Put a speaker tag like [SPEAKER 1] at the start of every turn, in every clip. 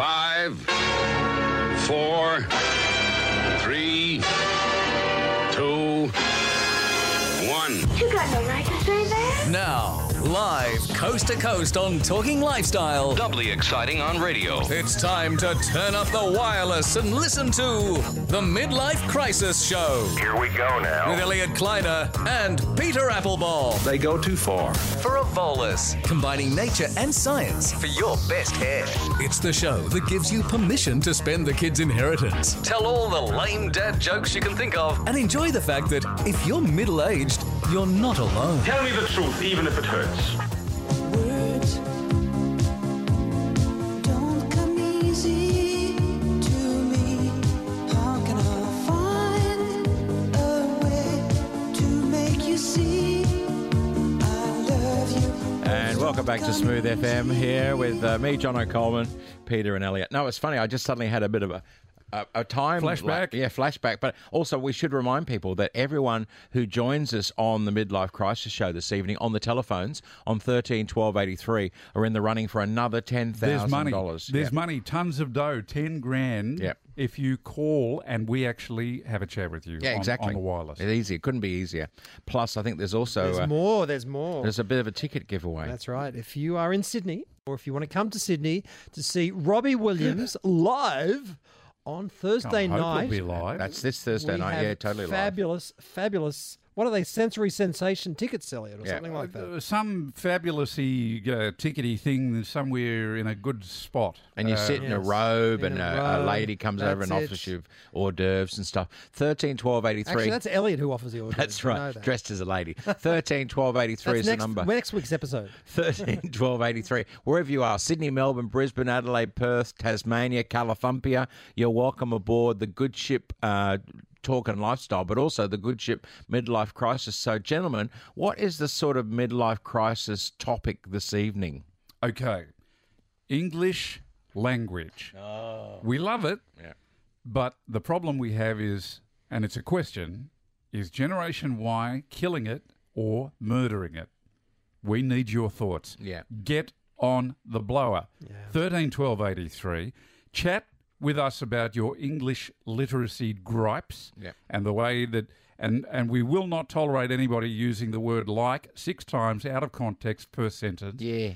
[SPEAKER 1] five, four, three, two, one.
[SPEAKER 2] You got no right to say that.
[SPEAKER 3] Now, live coast to coast on Talking Lifestyle,
[SPEAKER 4] Doubly exciting on radio.
[SPEAKER 3] it's time to turn up the wireless and listen to The Midlife Crisis Show
[SPEAKER 5] Here we go
[SPEAKER 3] with
[SPEAKER 5] now.
[SPEAKER 3] Elliot Kleiner and Peter Applebaum.
[SPEAKER 6] They go too far.
[SPEAKER 4] For a bolus.
[SPEAKER 3] Combining nature and science,
[SPEAKER 4] For your best hair.
[SPEAKER 3] it's the show that gives you permission to spend the kid's inheritance.
[SPEAKER 4] Tell all the lame dad jokes you can think of.
[SPEAKER 3] And enjoy the fact that if you're middle aged, you're not alone.
[SPEAKER 5] Tell me the truth, even if it hurts.
[SPEAKER 7] Words don't come easy to me. How can I find a way to make you see I love you?
[SPEAKER 8] And welcome back to Smooth FM here with uh, me, John O'Coleman, Peter, and Elliot. No, it's funny. I just suddenly had a bit of a. A, a time
[SPEAKER 9] Flashback?
[SPEAKER 8] like- yeah, flashback. But also, we should remind people that everyone who joins us on the midlife crisis show this evening on the telephones on thirteen twelve eighty three are in the running for another ten
[SPEAKER 9] There's
[SPEAKER 8] thousand
[SPEAKER 9] money.
[SPEAKER 8] dollars.
[SPEAKER 9] There's money. Tons of dough. Ten grand.
[SPEAKER 8] Yep.
[SPEAKER 9] If you call and we actually have a chat with you.
[SPEAKER 8] yeah,
[SPEAKER 9] on,
[SPEAKER 8] exactly
[SPEAKER 9] On the wireless.
[SPEAKER 8] It's easy. It couldn't be easier. Plus, I think there's also
[SPEAKER 10] There's
[SPEAKER 8] uh,
[SPEAKER 10] more. There's more.
[SPEAKER 8] there's a bit of a ticket giveaway.
[SPEAKER 10] That's right. If you are in Sydney or if you want to come to Sydney to see Robbie Williams live on Thursday
[SPEAKER 9] I hope
[SPEAKER 10] night,
[SPEAKER 9] We'll be live.
[SPEAKER 8] That's this Thursday
[SPEAKER 10] we
[SPEAKER 8] night.
[SPEAKER 10] have
[SPEAKER 8] Yeah, totally. live.
[SPEAKER 10] fabulous, fabulous. What are they? Sensory sensation tickets, Elliot, or
[SPEAKER 8] Yeah.
[SPEAKER 10] something like that.
[SPEAKER 9] Uh, Some fabulousy uh, tickety thing somewhere in a good spot.
[SPEAKER 8] And you
[SPEAKER 9] Uh,
[SPEAKER 8] sit in a
[SPEAKER 10] Um, Yes.
[SPEAKER 8] robe,
[SPEAKER 10] In
[SPEAKER 8] and
[SPEAKER 10] a
[SPEAKER 8] a, a
[SPEAKER 10] robe.
[SPEAKER 8] lady comes over and
[SPEAKER 10] That's
[SPEAKER 8] offers
[SPEAKER 10] it.
[SPEAKER 8] you hors d'oeuvres and stuff. Thirteen twelve eighty
[SPEAKER 10] Actually,
[SPEAKER 8] three.
[SPEAKER 10] that's Elliot who offers the order.
[SPEAKER 8] That's
[SPEAKER 10] You know
[SPEAKER 8] right.
[SPEAKER 10] that.
[SPEAKER 8] Dressed as a lady. Thirteen twelve eighty three
[SPEAKER 10] That's
[SPEAKER 8] is
[SPEAKER 10] next,
[SPEAKER 8] the number.
[SPEAKER 10] next week's episode.
[SPEAKER 8] Thirteen twelve eighty three. Wherever you are, Sydney, Melbourne, Brisbane, Adelaide, Perth, Tasmania, California, you're welcome aboard the good ship. Uh, Talk and lifestyle, but also the good ship midlife crisis. So, gentlemen, what is the sort of midlife crisis topic this evening?
[SPEAKER 9] Okay. English language. We love it.
[SPEAKER 8] Oh. Yeah.
[SPEAKER 9] But the problem we have is, and it's a question, is Generation Y killing it or murdering it? We need your thoughts.
[SPEAKER 8] Yeah.
[SPEAKER 9] Get on the blower. Thirteen twelve eighty three. Chat with us about your English literacy gripes
[SPEAKER 8] Yeah.
[SPEAKER 9] and the way that and and we will not tolerate anybody using the word like six times out of context per sentence. Uh,
[SPEAKER 8] Yeah,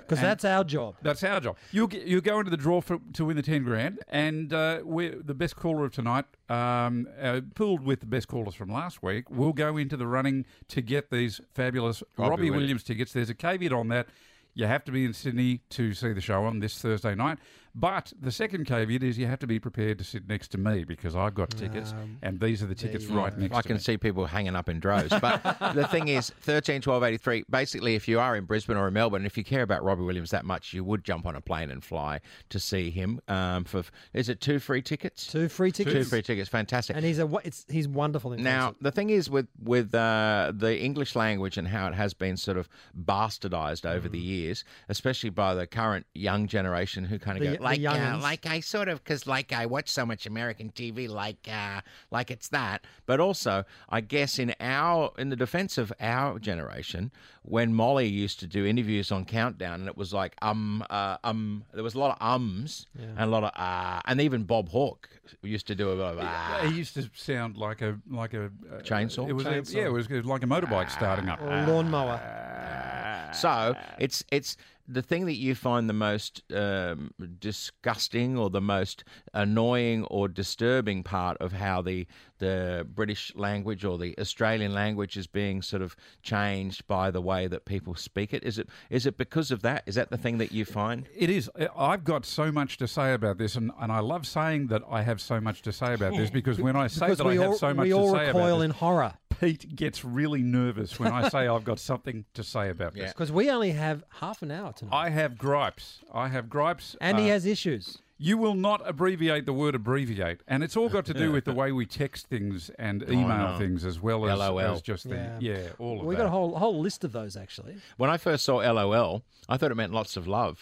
[SPEAKER 10] Because that's our job.
[SPEAKER 9] That's our job. You you go into the draw for, to win the ten grand, and uh, we're the best caller of tonight. Um, uh, pooled with the best callers from last week, we'll go into the running to get these fabulous
[SPEAKER 8] Robbie
[SPEAKER 9] Robbie,
[SPEAKER 8] Williams.
[SPEAKER 9] Williams. tickets. There's a caveat on that. You have to be in Sydney to see the show on this Thursday night. But the second caveat is you have to be prepared to sit next to me because I've got tickets,
[SPEAKER 10] Um,
[SPEAKER 9] and these are the tickets right next
[SPEAKER 8] I
[SPEAKER 9] to
[SPEAKER 8] can
[SPEAKER 9] me.
[SPEAKER 8] see people hanging up in droves. But the thing is, 13, 12, 83, basically, if you are in Brisbane or in Melbourne, if you care about Robbie Williams that much, you would jump on a plane and fly to see him um, for, is it two free tickets?
[SPEAKER 10] Two free tickets.
[SPEAKER 8] Two free tickets. Fantastic.
[SPEAKER 10] And he's a wa- it's he's wonderful. In
[SPEAKER 8] Now,
[SPEAKER 10] concert.
[SPEAKER 8] the thing is with with uh, the English language and how it has been sort of bastardized over
[SPEAKER 10] Mm.
[SPEAKER 8] the years, especially by the current young generation who kind of
[SPEAKER 10] The-
[SPEAKER 8] go
[SPEAKER 10] the
[SPEAKER 8] like, uh,
[SPEAKER 10] young'uns.
[SPEAKER 8] like I sort of because like I watch so much American TV, like uh, like it's that. But also, I guess in our in the defense of our generation, when Molly used to do interviews on Countdown, and it was like um uh, um, there was a lot of ums and a lot of ah, and even Bob Hawke used to do a lot of ah.
[SPEAKER 9] He used to sound like a like a uh,
[SPEAKER 8] Chainsaw?
[SPEAKER 9] It was a- yeah, it was like a motorbike starting up. Uh,
[SPEAKER 10] or a lawnmower. Ah.
[SPEAKER 8] So it's it's the thing that you find the most um, disgusting or the most annoying or disturbing part of how the the British language or the Australian language is being sort of changed by the way that people speak it. Is it is it because of that? Is that the thing that you find?
[SPEAKER 9] It is. I've got so much to say about this, and, and I love saying that I have so much to say about this because when I say
[SPEAKER 10] Because
[SPEAKER 9] that I
[SPEAKER 10] we
[SPEAKER 9] have
[SPEAKER 10] all,
[SPEAKER 9] so much
[SPEAKER 10] we all
[SPEAKER 9] to say about
[SPEAKER 10] recoil
[SPEAKER 9] this,
[SPEAKER 10] in horror.
[SPEAKER 9] Pete gets really nervous when I say I've got something to say about this.
[SPEAKER 10] Because we only have half an hour tonight.
[SPEAKER 9] I have gripes. I have gripes.
[SPEAKER 10] and
[SPEAKER 9] uh,
[SPEAKER 10] he has issues.
[SPEAKER 9] You will not abbreviate the word abbreviate, and it's all got to do with the way we text things and
[SPEAKER 10] Oh,
[SPEAKER 9] email
[SPEAKER 8] no.
[SPEAKER 9] things as well as,
[SPEAKER 8] LOL.
[SPEAKER 9] as just the yeah,
[SPEAKER 10] Yeah.
[SPEAKER 9] all of
[SPEAKER 10] We've
[SPEAKER 9] that.
[SPEAKER 10] got a whole whole list of those actually.
[SPEAKER 8] When I first saw LOL, I thought it meant lots of love.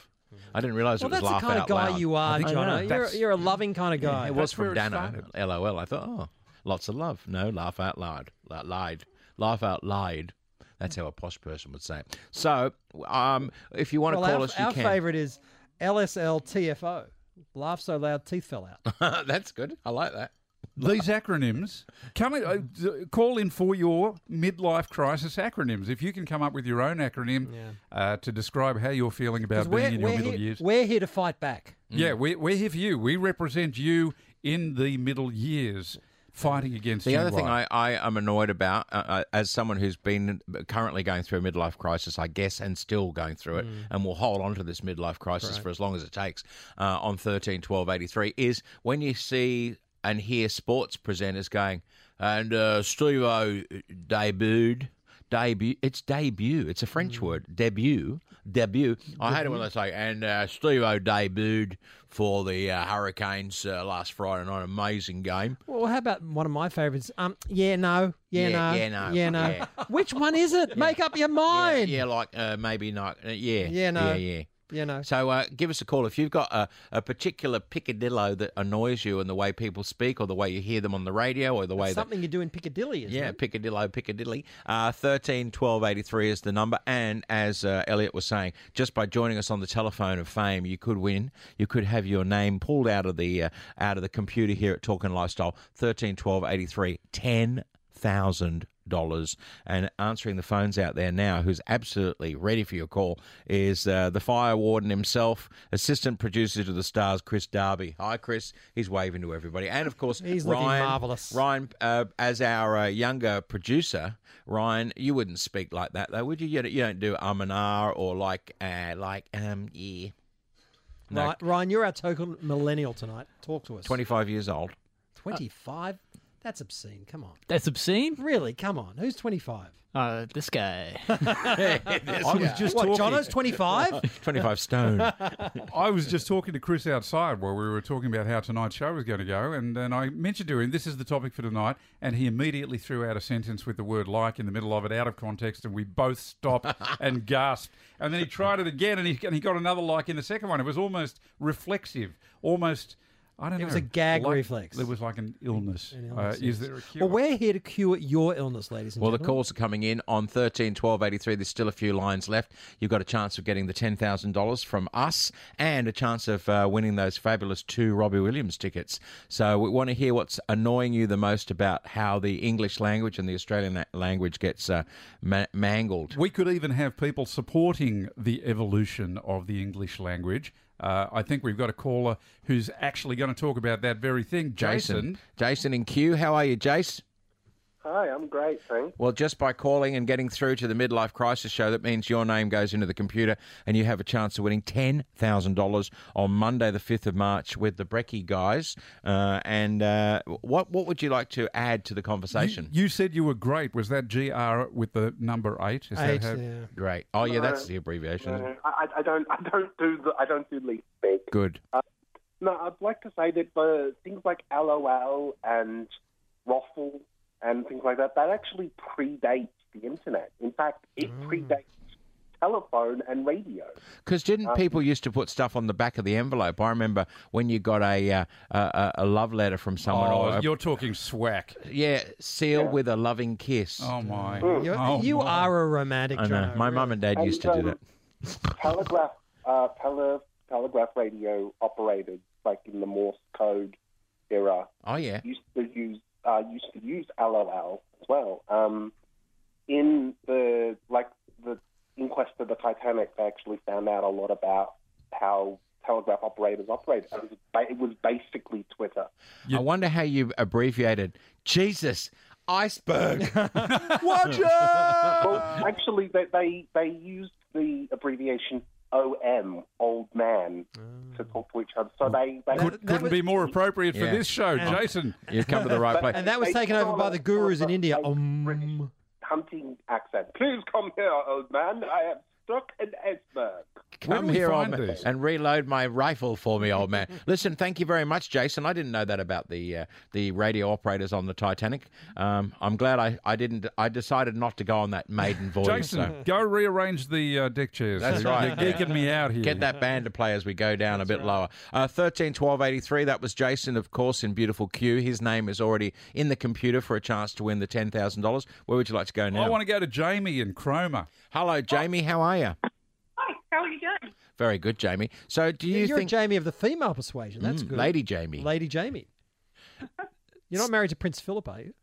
[SPEAKER 8] I didn't realise
[SPEAKER 10] Well,
[SPEAKER 8] it was
[SPEAKER 10] that's the
[SPEAKER 8] laugh
[SPEAKER 10] kind
[SPEAKER 8] out
[SPEAKER 10] of guy
[SPEAKER 8] loud.
[SPEAKER 10] you are,
[SPEAKER 9] think I know.
[SPEAKER 10] Jono. You're,
[SPEAKER 9] That's-
[SPEAKER 10] you're a loving kind of guy.
[SPEAKER 8] It was
[SPEAKER 9] That's where
[SPEAKER 8] from
[SPEAKER 9] it
[SPEAKER 8] Dano. LOL. I thought, oh, lots of love. No, laugh out loud. La- lied. Laugh out lied. That's how a posh person would say it. So, um, if you want
[SPEAKER 10] well,
[SPEAKER 8] to call
[SPEAKER 10] our,
[SPEAKER 8] us, you
[SPEAKER 10] our
[SPEAKER 8] can.
[SPEAKER 10] favorite is LSLTFO. Laugh so loud, teeth fell out.
[SPEAKER 8] That's good. I like that.
[SPEAKER 9] These acronyms come in, uh, d- call in for your midlife crisis acronyms. If you can come up with your own acronym uh, to describe how you're feeling about
[SPEAKER 10] 'Cause
[SPEAKER 9] being
[SPEAKER 10] we're,
[SPEAKER 9] in your
[SPEAKER 10] we're
[SPEAKER 9] middle
[SPEAKER 10] here,
[SPEAKER 9] years.
[SPEAKER 10] we're here to fight back.
[SPEAKER 8] Mm.
[SPEAKER 9] Yeah, we're, we're here for you. We represent you in the middle years fighting against
[SPEAKER 8] The
[SPEAKER 9] you,
[SPEAKER 8] other thing
[SPEAKER 9] Ryan.
[SPEAKER 8] I, I am annoyed about, uh, uh, as someone who's been currently going through a midlife crisis, I guess, and still going through it,
[SPEAKER 9] Mm.
[SPEAKER 8] and will hold on to this midlife crisis for as long as it takes, uh, on 13, 12, 83, is when you see and hear sports presenters going, and uh, Steve O debuted. Debut. It's debut. It's a French
[SPEAKER 9] Mm.
[SPEAKER 8] word. Debut. Debut. I hate it when they say, and uh, Steve O debuted for the uh, Hurricanes uh, last Friday night. Amazing game.
[SPEAKER 10] Well, how about one of my favourites? Um, yeah, no,
[SPEAKER 8] Yeah,
[SPEAKER 10] yeah, no,
[SPEAKER 8] yeah, no,
[SPEAKER 10] yeah, no.
[SPEAKER 8] yeah.
[SPEAKER 10] Which one is it? Make up your
[SPEAKER 8] Yeah,
[SPEAKER 10] mind.
[SPEAKER 8] Yeah, like uh, maybe not. Uh, yeah.
[SPEAKER 10] Yeah,
[SPEAKER 8] Yeah,
[SPEAKER 10] no.
[SPEAKER 8] yeah.
[SPEAKER 10] You know,
[SPEAKER 8] So uh, give us a call if you've got a, a particular picadillo that annoys you in the way people speak or the way you hear them on the radio or the way that.
[SPEAKER 10] something you do in Piccadilly, isn't
[SPEAKER 8] Yeah,
[SPEAKER 10] it?
[SPEAKER 8] picadillo, piccadilly. Uh, 13 12 83 is the number. And as uh, Elliot was saying, just by joining us on the telephone of fame, you could win. You could have your name pulled out of the uh, out of the computer here at Talking Lifestyle. 13 12 83, 10,000 dollars and answering the phones out there now who's absolutely ready for your call is uh, the fire warden himself assistant producer to the stars chris darby hi chris he's waving to everybody and of course
[SPEAKER 10] He's looking
[SPEAKER 8] ryan
[SPEAKER 10] marvellous.
[SPEAKER 8] ryan uh, as our uh, younger producer ryan you wouldn't speak like that though would you you don't, you don't do um and ah or like uh, like um yeah No.
[SPEAKER 10] Right, Ryan, you're our token millennial tonight. Talk to us.
[SPEAKER 8] 25 years old
[SPEAKER 10] 25? That's obscene. Come on.
[SPEAKER 6] That's obscene.
[SPEAKER 10] Really? Come on. Who's 25?
[SPEAKER 6] Uh, this guy.
[SPEAKER 9] I was just
[SPEAKER 10] What,
[SPEAKER 9] talking.
[SPEAKER 10] Jono's 25?
[SPEAKER 8] 25 stone
[SPEAKER 9] I was just talking to Chris outside while we were talking about how tonight's show was going to go, and then I mentioned to him this is the topic for tonight, and he immediately threw out a sentence with the word "like" in the middle of it, out of context, and we both stopped and gasped. And then he tried it again, and he and he got another "like" in the second one. It was almost reflexive, almost. I don't know. It
[SPEAKER 10] was a gag reflex.
[SPEAKER 9] It was like an illness.
[SPEAKER 10] illness,
[SPEAKER 9] uh, Is there a cure?
[SPEAKER 10] well, we're here to cure your illness, ladies and
[SPEAKER 8] Well, the
[SPEAKER 10] gentlemen.
[SPEAKER 8] calls are coming in on 13 12 83. There's still a few lines left. You've got a chance of getting the $10,000 from us and a chance of uh, winning those fabulous two Robbie Williams tickets. So we want to hear what's annoying you the most about how the English language and the Australian la- language gets uh, ma- mangled.
[SPEAKER 9] We could even have people supporting the evolution of the English language. Uh, I think we've got a caller who's actually going to talk about that very thing, Jason.
[SPEAKER 8] Jason in Q. How are you, Jace?
[SPEAKER 11] Hi, I'm great, thanks.
[SPEAKER 8] Well, just by calling and getting through to the Midlife Crisis Show, that means your name goes into the computer and you have a chance of winning $10,000 on Monday, the 5th of March, with the Brecky guys. Uh, and uh, what, what would you like to add to the conversation?
[SPEAKER 9] You said you were great. Was that GR with the number eight? Is
[SPEAKER 10] Eight,
[SPEAKER 9] that how-
[SPEAKER 10] yeah.
[SPEAKER 8] Great. Oh, yeah, that's the abbreviation. isn't it?
[SPEAKER 11] Uh, I, I don't, I don't do the, I don't do least speak.
[SPEAKER 8] Good.
[SPEAKER 11] No, I'd like to say that uh, things like LOL and Waffle and things like that that actually predates the internet. In fact, it predates telephone and radio.
[SPEAKER 8] Because
[SPEAKER 11] Uh,
[SPEAKER 8] didn't people used to put stuff on the back of the envelope? I remember when you got a uh, a- a, a love letter from someone, or
[SPEAKER 9] Oh,
[SPEAKER 8] a,
[SPEAKER 9] you're talking swack.
[SPEAKER 8] yeah, Mm. sealed with a loving kiss.
[SPEAKER 9] Oh my!
[SPEAKER 10] You're,
[SPEAKER 9] Oh,
[SPEAKER 10] you
[SPEAKER 9] my.
[SPEAKER 10] are a romantic,
[SPEAKER 8] I know.
[SPEAKER 10] Jono,
[SPEAKER 8] My
[SPEAKER 10] really.
[SPEAKER 8] mum and dad
[SPEAKER 11] And,
[SPEAKER 8] used to do
[SPEAKER 11] um,
[SPEAKER 8] that.
[SPEAKER 11] Telegraph, uh, tele, telegraph radio operated like in the Morse code era.
[SPEAKER 8] Oh, yeah.
[SPEAKER 11] used to use uh, used to use LOL as well. Um, in the like the inquest of the Titanic, they actually found out a lot about how telegraph operators operate. It was, ba- it was basically Twitter.
[SPEAKER 8] I wonder how you abbreviated Jesus iceberg.
[SPEAKER 11] well, actually, they, they they used the abbreviation OM, old man,
[SPEAKER 8] Oh.
[SPEAKER 11] to talk to each other. So they, they
[SPEAKER 9] Could,
[SPEAKER 10] that
[SPEAKER 9] couldn't
[SPEAKER 10] was-
[SPEAKER 9] be more appropriate for
[SPEAKER 8] Yeah.
[SPEAKER 9] this show, Jason.
[SPEAKER 8] You've come to the right place.
[SPEAKER 10] And that was
[SPEAKER 11] They
[SPEAKER 10] taken over
[SPEAKER 11] stole
[SPEAKER 10] by
[SPEAKER 11] it
[SPEAKER 10] the gurus in
[SPEAKER 11] from
[SPEAKER 10] India.
[SPEAKER 11] a British
[SPEAKER 10] Um,
[SPEAKER 11] hunting accent. Please come here, old man. I have struck an iceberg.
[SPEAKER 9] where
[SPEAKER 8] Come
[SPEAKER 9] do we
[SPEAKER 8] here, old
[SPEAKER 9] find
[SPEAKER 8] man,
[SPEAKER 9] these?
[SPEAKER 8] and reload my rifle for me, old man. Listen, thank you very much, Jason. I didn't know that about the uh, the radio operators on the Titanic. Um, I'm glad I, I didn't. I decided not to go on that maiden voyage.
[SPEAKER 9] Jason,
[SPEAKER 8] so.
[SPEAKER 9] go rearrange the uh, deck chairs.
[SPEAKER 8] That's
[SPEAKER 9] You're- You're
[SPEAKER 8] right.
[SPEAKER 9] geeking me out here.
[SPEAKER 8] Get that band to play as we go down a bit lower. Uh, 13 12 83, that was Jason, of course, in beautiful Q. His name is already in the computer for a chance to win the $10,000. Where would you like to go now?
[SPEAKER 9] I want to go to Jamie and Cromer.
[SPEAKER 8] Hello, Jamie. How are you?
[SPEAKER 11] Hi,
[SPEAKER 12] How are you going?
[SPEAKER 8] Very good, Jamie. So do you
[SPEAKER 10] You're
[SPEAKER 8] think
[SPEAKER 10] a Jamie of the female persuasion. That's
[SPEAKER 8] Mm,
[SPEAKER 10] good.
[SPEAKER 8] Lady Jamie.
[SPEAKER 10] Lady Jamie. You're not married to Prince Philip, are you?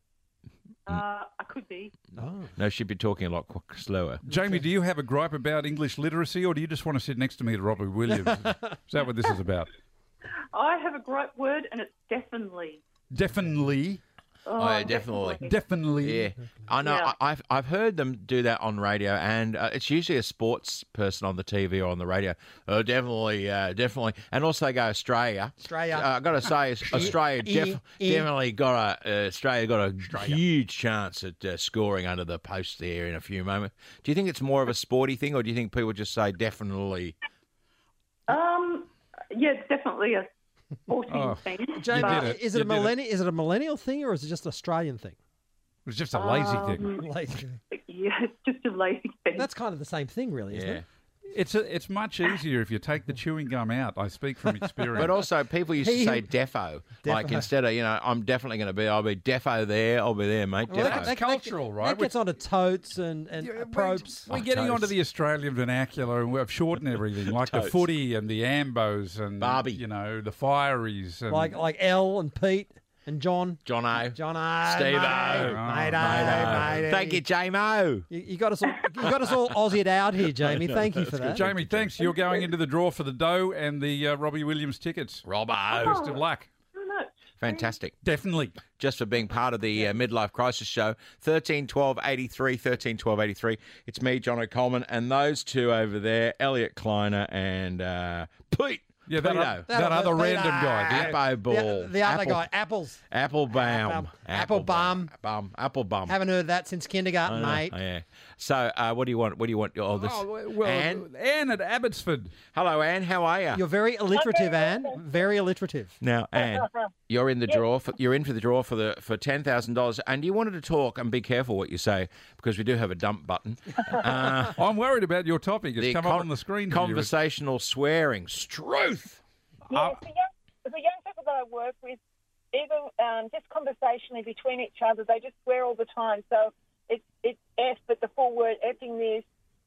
[SPEAKER 12] Uh, I could be.
[SPEAKER 10] Oh.
[SPEAKER 8] No, she'd be talking a lot qu- slower.
[SPEAKER 9] Jamie, do you have a gripe about English literacy, or do you just want to sit next to me to Robbie Williams? is that what this is about?
[SPEAKER 12] I have a great word, and it's definitely.
[SPEAKER 9] Definitely.
[SPEAKER 12] Oh,
[SPEAKER 8] yeah, definitely.
[SPEAKER 9] Definitely.
[SPEAKER 8] Yeah. I know.
[SPEAKER 12] Yeah.
[SPEAKER 8] I, I've I've heard them do that on radio, and uh, it's usually a sports person on the TV or on the radio. Oh, definitely, uh, definitely, and also they go Australia.
[SPEAKER 10] Australia.
[SPEAKER 8] Uh, I got to say, Aus- Australia
[SPEAKER 10] E-
[SPEAKER 8] def-
[SPEAKER 10] E-
[SPEAKER 8] definitely got a uh, Australia got a huge chance at uh, scoring under the post there in a few moments. Do you think it's more of a sporty thing, or do you think people just say definitely?
[SPEAKER 12] Um, yeah, it's definitely a sporting
[SPEAKER 8] Oh,
[SPEAKER 12] thing.
[SPEAKER 10] Jamie,
[SPEAKER 12] but-
[SPEAKER 10] Uh, is it a millennial? Is it a millennial thing or is it just an Australian thing?
[SPEAKER 9] It was just a lazy thing.
[SPEAKER 12] Um, Yeah, it's just a lazy thing.
[SPEAKER 10] That's kind of the same thing, really, isn't it?
[SPEAKER 9] It's a, it's much easier if you take the chewing gum out. I speak from experience.
[SPEAKER 8] But also, people used to
[SPEAKER 9] He-
[SPEAKER 8] say defo, like
[SPEAKER 9] Defo.
[SPEAKER 8] instead of you know, I'm definitely going to be. I'll be defo there. I'll be there, mate.
[SPEAKER 10] Well,
[SPEAKER 8] defo.
[SPEAKER 10] that- that-
[SPEAKER 9] cultural, right?
[SPEAKER 10] That gets onto totes and, and probes.
[SPEAKER 9] We're getting onto the Australian vernacular and we've shortened everything, like the
[SPEAKER 10] Totes.
[SPEAKER 9] footy and the ambos and Barbie, you know, the fireys and
[SPEAKER 10] like like L and Pete and John.
[SPEAKER 8] John O.
[SPEAKER 10] John O.
[SPEAKER 8] Steve-O.
[SPEAKER 9] Ah,
[SPEAKER 8] Oh,
[SPEAKER 10] Mate-o,
[SPEAKER 8] mate-o.
[SPEAKER 10] matey.
[SPEAKER 8] Thank you, Jamo.
[SPEAKER 10] You, you got us all. You got us all Aussied out here, Jamie. Thank you for that.
[SPEAKER 9] Jamie, thanks. You're going into the draw for the dough and the uh, Robbie Williams tickets.
[SPEAKER 8] Robbo.
[SPEAKER 9] Best Ah, of luck.
[SPEAKER 8] Fantastic.
[SPEAKER 9] Definitely.
[SPEAKER 8] Just for being part of the uh, Midlife Crisis Show. 13 12 83, 13 12 83. It's me, John O'Coleman, and those two over there, Elliot Kleiner and uh, Pete.
[SPEAKER 9] Yeah, that,
[SPEAKER 8] Peto.
[SPEAKER 9] that, other random guy.
[SPEAKER 8] Appo Ball.
[SPEAKER 10] The, the other
[SPEAKER 8] Apple-
[SPEAKER 10] guy, apples.
[SPEAKER 8] Applebaum.
[SPEAKER 10] Applebaum. Applebaum.
[SPEAKER 8] Bum. Applebaum.
[SPEAKER 10] Haven't heard that since kindergarten,
[SPEAKER 8] I
[SPEAKER 10] mate.
[SPEAKER 8] know. Yeah. So, uh, what do you want? What do you want? All this.
[SPEAKER 9] Oh, well,
[SPEAKER 8] Anne?
[SPEAKER 9] Anne at Abbotsford.
[SPEAKER 8] Hello, Anne. How are you?
[SPEAKER 10] You're very alliterative, Anne. Very alliterative.
[SPEAKER 8] Now, Anne, you're in the draw. For, you're in for the draw for the for ten thousand dollars, and you wanted to talk. And be careful what you say because we do have a dump button. Uh,
[SPEAKER 9] I'm worried about your topic. It's
[SPEAKER 8] the
[SPEAKER 9] come up
[SPEAKER 8] con-
[SPEAKER 9] on the screen. for you.
[SPEAKER 8] Conversational swearing, struth. Uh,
[SPEAKER 13] Yeah, the, young, the young people that I work with, even um, just conversationally between each other, they just swear all the time. So it's it's f, but the full word effing this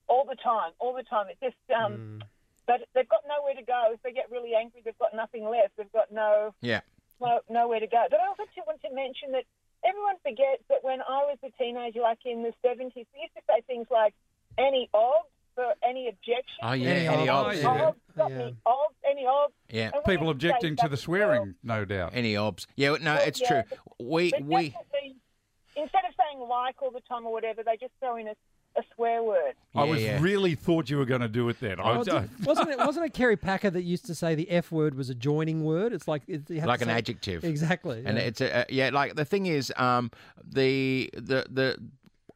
[SPEAKER 13] all the time, all the time. It's just
[SPEAKER 10] Mm.
[SPEAKER 13] um, but they've got nowhere to go. If they get really angry, they've got nothing left. They've got no
[SPEAKER 8] Yeah.
[SPEAKER 13] no, nowhere to go. But I also too want to mention that everyone forgets that when I was a teenager, like in the 70s, we used to say things like any of for any objection.
[SPEAKER 9] Oh, yeah, Any any
[SPEAKER 13] any
[SPEAKER 9] of. of,
[SPEAKER 13] Any
[SPEAKER 9] yeah.
[SPEAKER 13] of, got me, of, any of.
[SPEAKER 8] Yeah.
[SPEAKER 13] And we
[SPEAKER 9] People
[SPEAKER 13] used to say
[SPEAKER 9] objecting to
[SPEAKER 13] that
[SPEAKER 9] the
[SPEAKER 13] as well.
[SPEAKER 9] swearing, no doubt.
[SPEAKER 8] Any obs? Yeah, no,
[SPEAKER 13] Well,
[SPEAKER 8] it's
[SPEAKER 13] yeah,
[SPEAKER 8] true.
[SPEAKER 13] but-
[SPEAKER 8] We
[SPEAKER 13] but
[SPEAKER 8] we
[SPEAKER 13] definitely, Instead of saying like all the time or whatever, they just throw in a, a swear word.
[SPEAKER 9] I
[SPEAKER 8] Yeah,
[SPEAKER 9] was
[SPEAKER 8] yeah.
[SPEAKER 9] really thought you were going to do it then. I,
[SPEAKER 10] Oh, did- wasn't it wasn't it Kerry Packer that used to say the F word was a joining word? It's like it, you have
[SPEAKER 8] like
[SPEAKER 10] to
[SPEAKER 8] an
[SPEAKER 10] say-
[SPEAKER 8] adjective
[SPEAKER 10] Exactly.
[SPEAKER 8] and
[SPEAKER 10] yeah.
[SPEAKER 8] it's a, uh, yeah like the thing is um the the the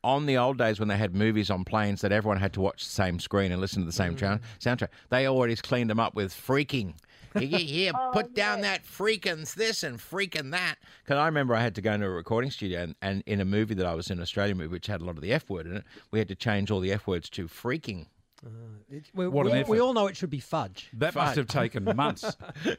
[SPEAKER 8] on the old days when they had movies on planes that everyone had to watch the same screen and listen to the same
[SPEAKER 10] Mm.
[SPEAKER 8] chan- soundtrack, they always cleaned them up with freaking. yeah, yeah,
[SPEAKER 10] Oh,
[SPEAKER 8] put down that freaking this and freaking that. Because I remember I had to go into a recording studio and, and in a movie that I was in, an Australian movie, which had a lot of the F word in it, we had to change all the F words to freaking.
[SPEAKER 10] It- we,
[SPEAKER 8] What an
[SPEAKER 10] we-
[SPEAKER 8] effort.
[SPEAKER 10] we all know it should be fudge.
[SPEAKER 9] That must have taken months.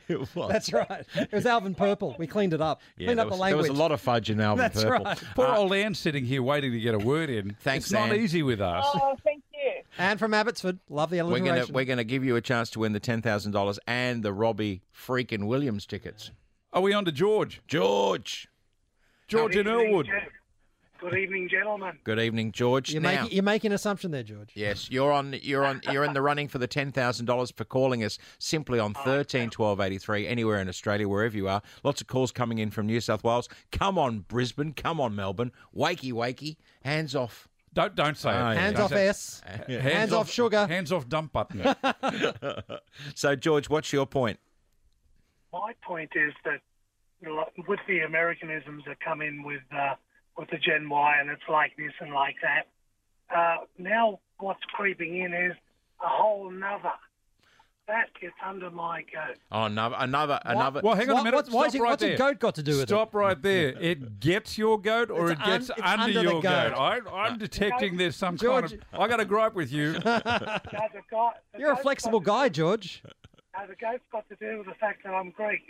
[SPEAKER 8] it was.
[SPEAKER 10] That's right. It was Alvin Purple. We cleaned it up.
[SPEAKER 8] Yeah,
[SPEAKER 10] cleaned
[SPEAKER 8] there,
[SPEAKER 10] up
[SPEAKER 8] was,
[SPEAKER 10] the
[SPEAKER 8] there
[SPEAKER 10] language.
[SPEAKER 8] was a lot of fudge in Alvin
[SPEAKER 10] That's
[SPEAKER 8] Purple. Uh,
[SPEAKER 10] right.
[SPEAKER 9] Poor old Anne's sitting here waiting to get a word in.
[SPEAKER 8] Thanks,
[SPEAKER 9] It's not
[SPEAKER 8] Anne.
[SPEAKER 9] easy with us.
[SPEAKER 13] Oh, thank you.
[SPEAKER 10] Anne from Abbotsford. Love the
[SPEAKER 8] We're gonna
[SPEAKER 10] alliteration.
[SPEAKER 8] we're gonna give you a chance to win the ten thousand dollars and the Robbie freaking Williams tickets.
[SPEAKER 9] Are we on to George?
[SPEAKER 8] George.
[SPEAKER 9] George in Elwood.
[SPEAKER 14] Good evening, gentlemen.
[SPEAKER 8] Good evening, George.
[SPEAKER 10] you're,
[SPEAKER 8] now,
[SPEAKER 10] making, you're making an assumption there, George.
[SPEAKER 8] yes, you're on. You're on. You're in the running for the ten thousand dollars for calling us simply on thirteen twelve eighty three anywhere in Australia, wherever you are. Lots of calls coming in from New South Wales. Come on, Brisbane. Come on, Melbourne. Wakey, wakey. Hands off.
[SPEAKER 9] Don't don't say it.
[SPEAKER 8] Oh, yeah.
[SPEAKER 10] Hands
[SPEAKER 9] Don't
[SPEAKER 10] off
[SPEAKER 9] say it.
[SPEAKER 10] S. Hands off sugar.
[SPEAKER 9] Hands off dump button.
[SPEAKER 8] so, George, what's your point?
[SPEAKER 14] My point is that you know, with the Americanisms that come in with uh, with the Gen Y and it's like this and like that, uh, now what's creeping in is a whole nother. That gets under my goat.
[SPEAKER 8] Oh, another, another, another.
[SPEAKER 9] Well, hang on a minute.
[SPEAKER 10] what's- why is
[SPEAKER 9] Stop
[SPEAKER 10] it-
[SPEAKER 9] right
[SPEAKER 10] what's a
[SPEAKER 9] there.
[SPEAKER 10] goat got to do with it?
[SPEAKER 9] Stop right there. It gets your goat or
[SPEAKER 10] It's
[SPEAKER 9] it gets
[SPEAKER 10] un- it's
[SPEAKER 9] under,
[SPEAKER 10] under the
[SPEAKER 9] your goat.
[SPEAKER 10] goat.
[SPEAKER 9] Oh, I,
[SPEAKER 8] Uh,
[SPEAKER 9] I'm detecting there's some
[SPEAKER 10] George-
[SPEAKER 9] kind of. I got a gripe with you.
[SPEAKER 14] Now, the guy, the
[SPEAKER 10] You're a
[SPEAKER 14] goat's
[SPEAKER 10] flexible
[SPEAKER 14] got
[SPEAKER 10] guy, George.
[SPEAKER 14] To, now, the goat's got to do with the fact that I'm Greek.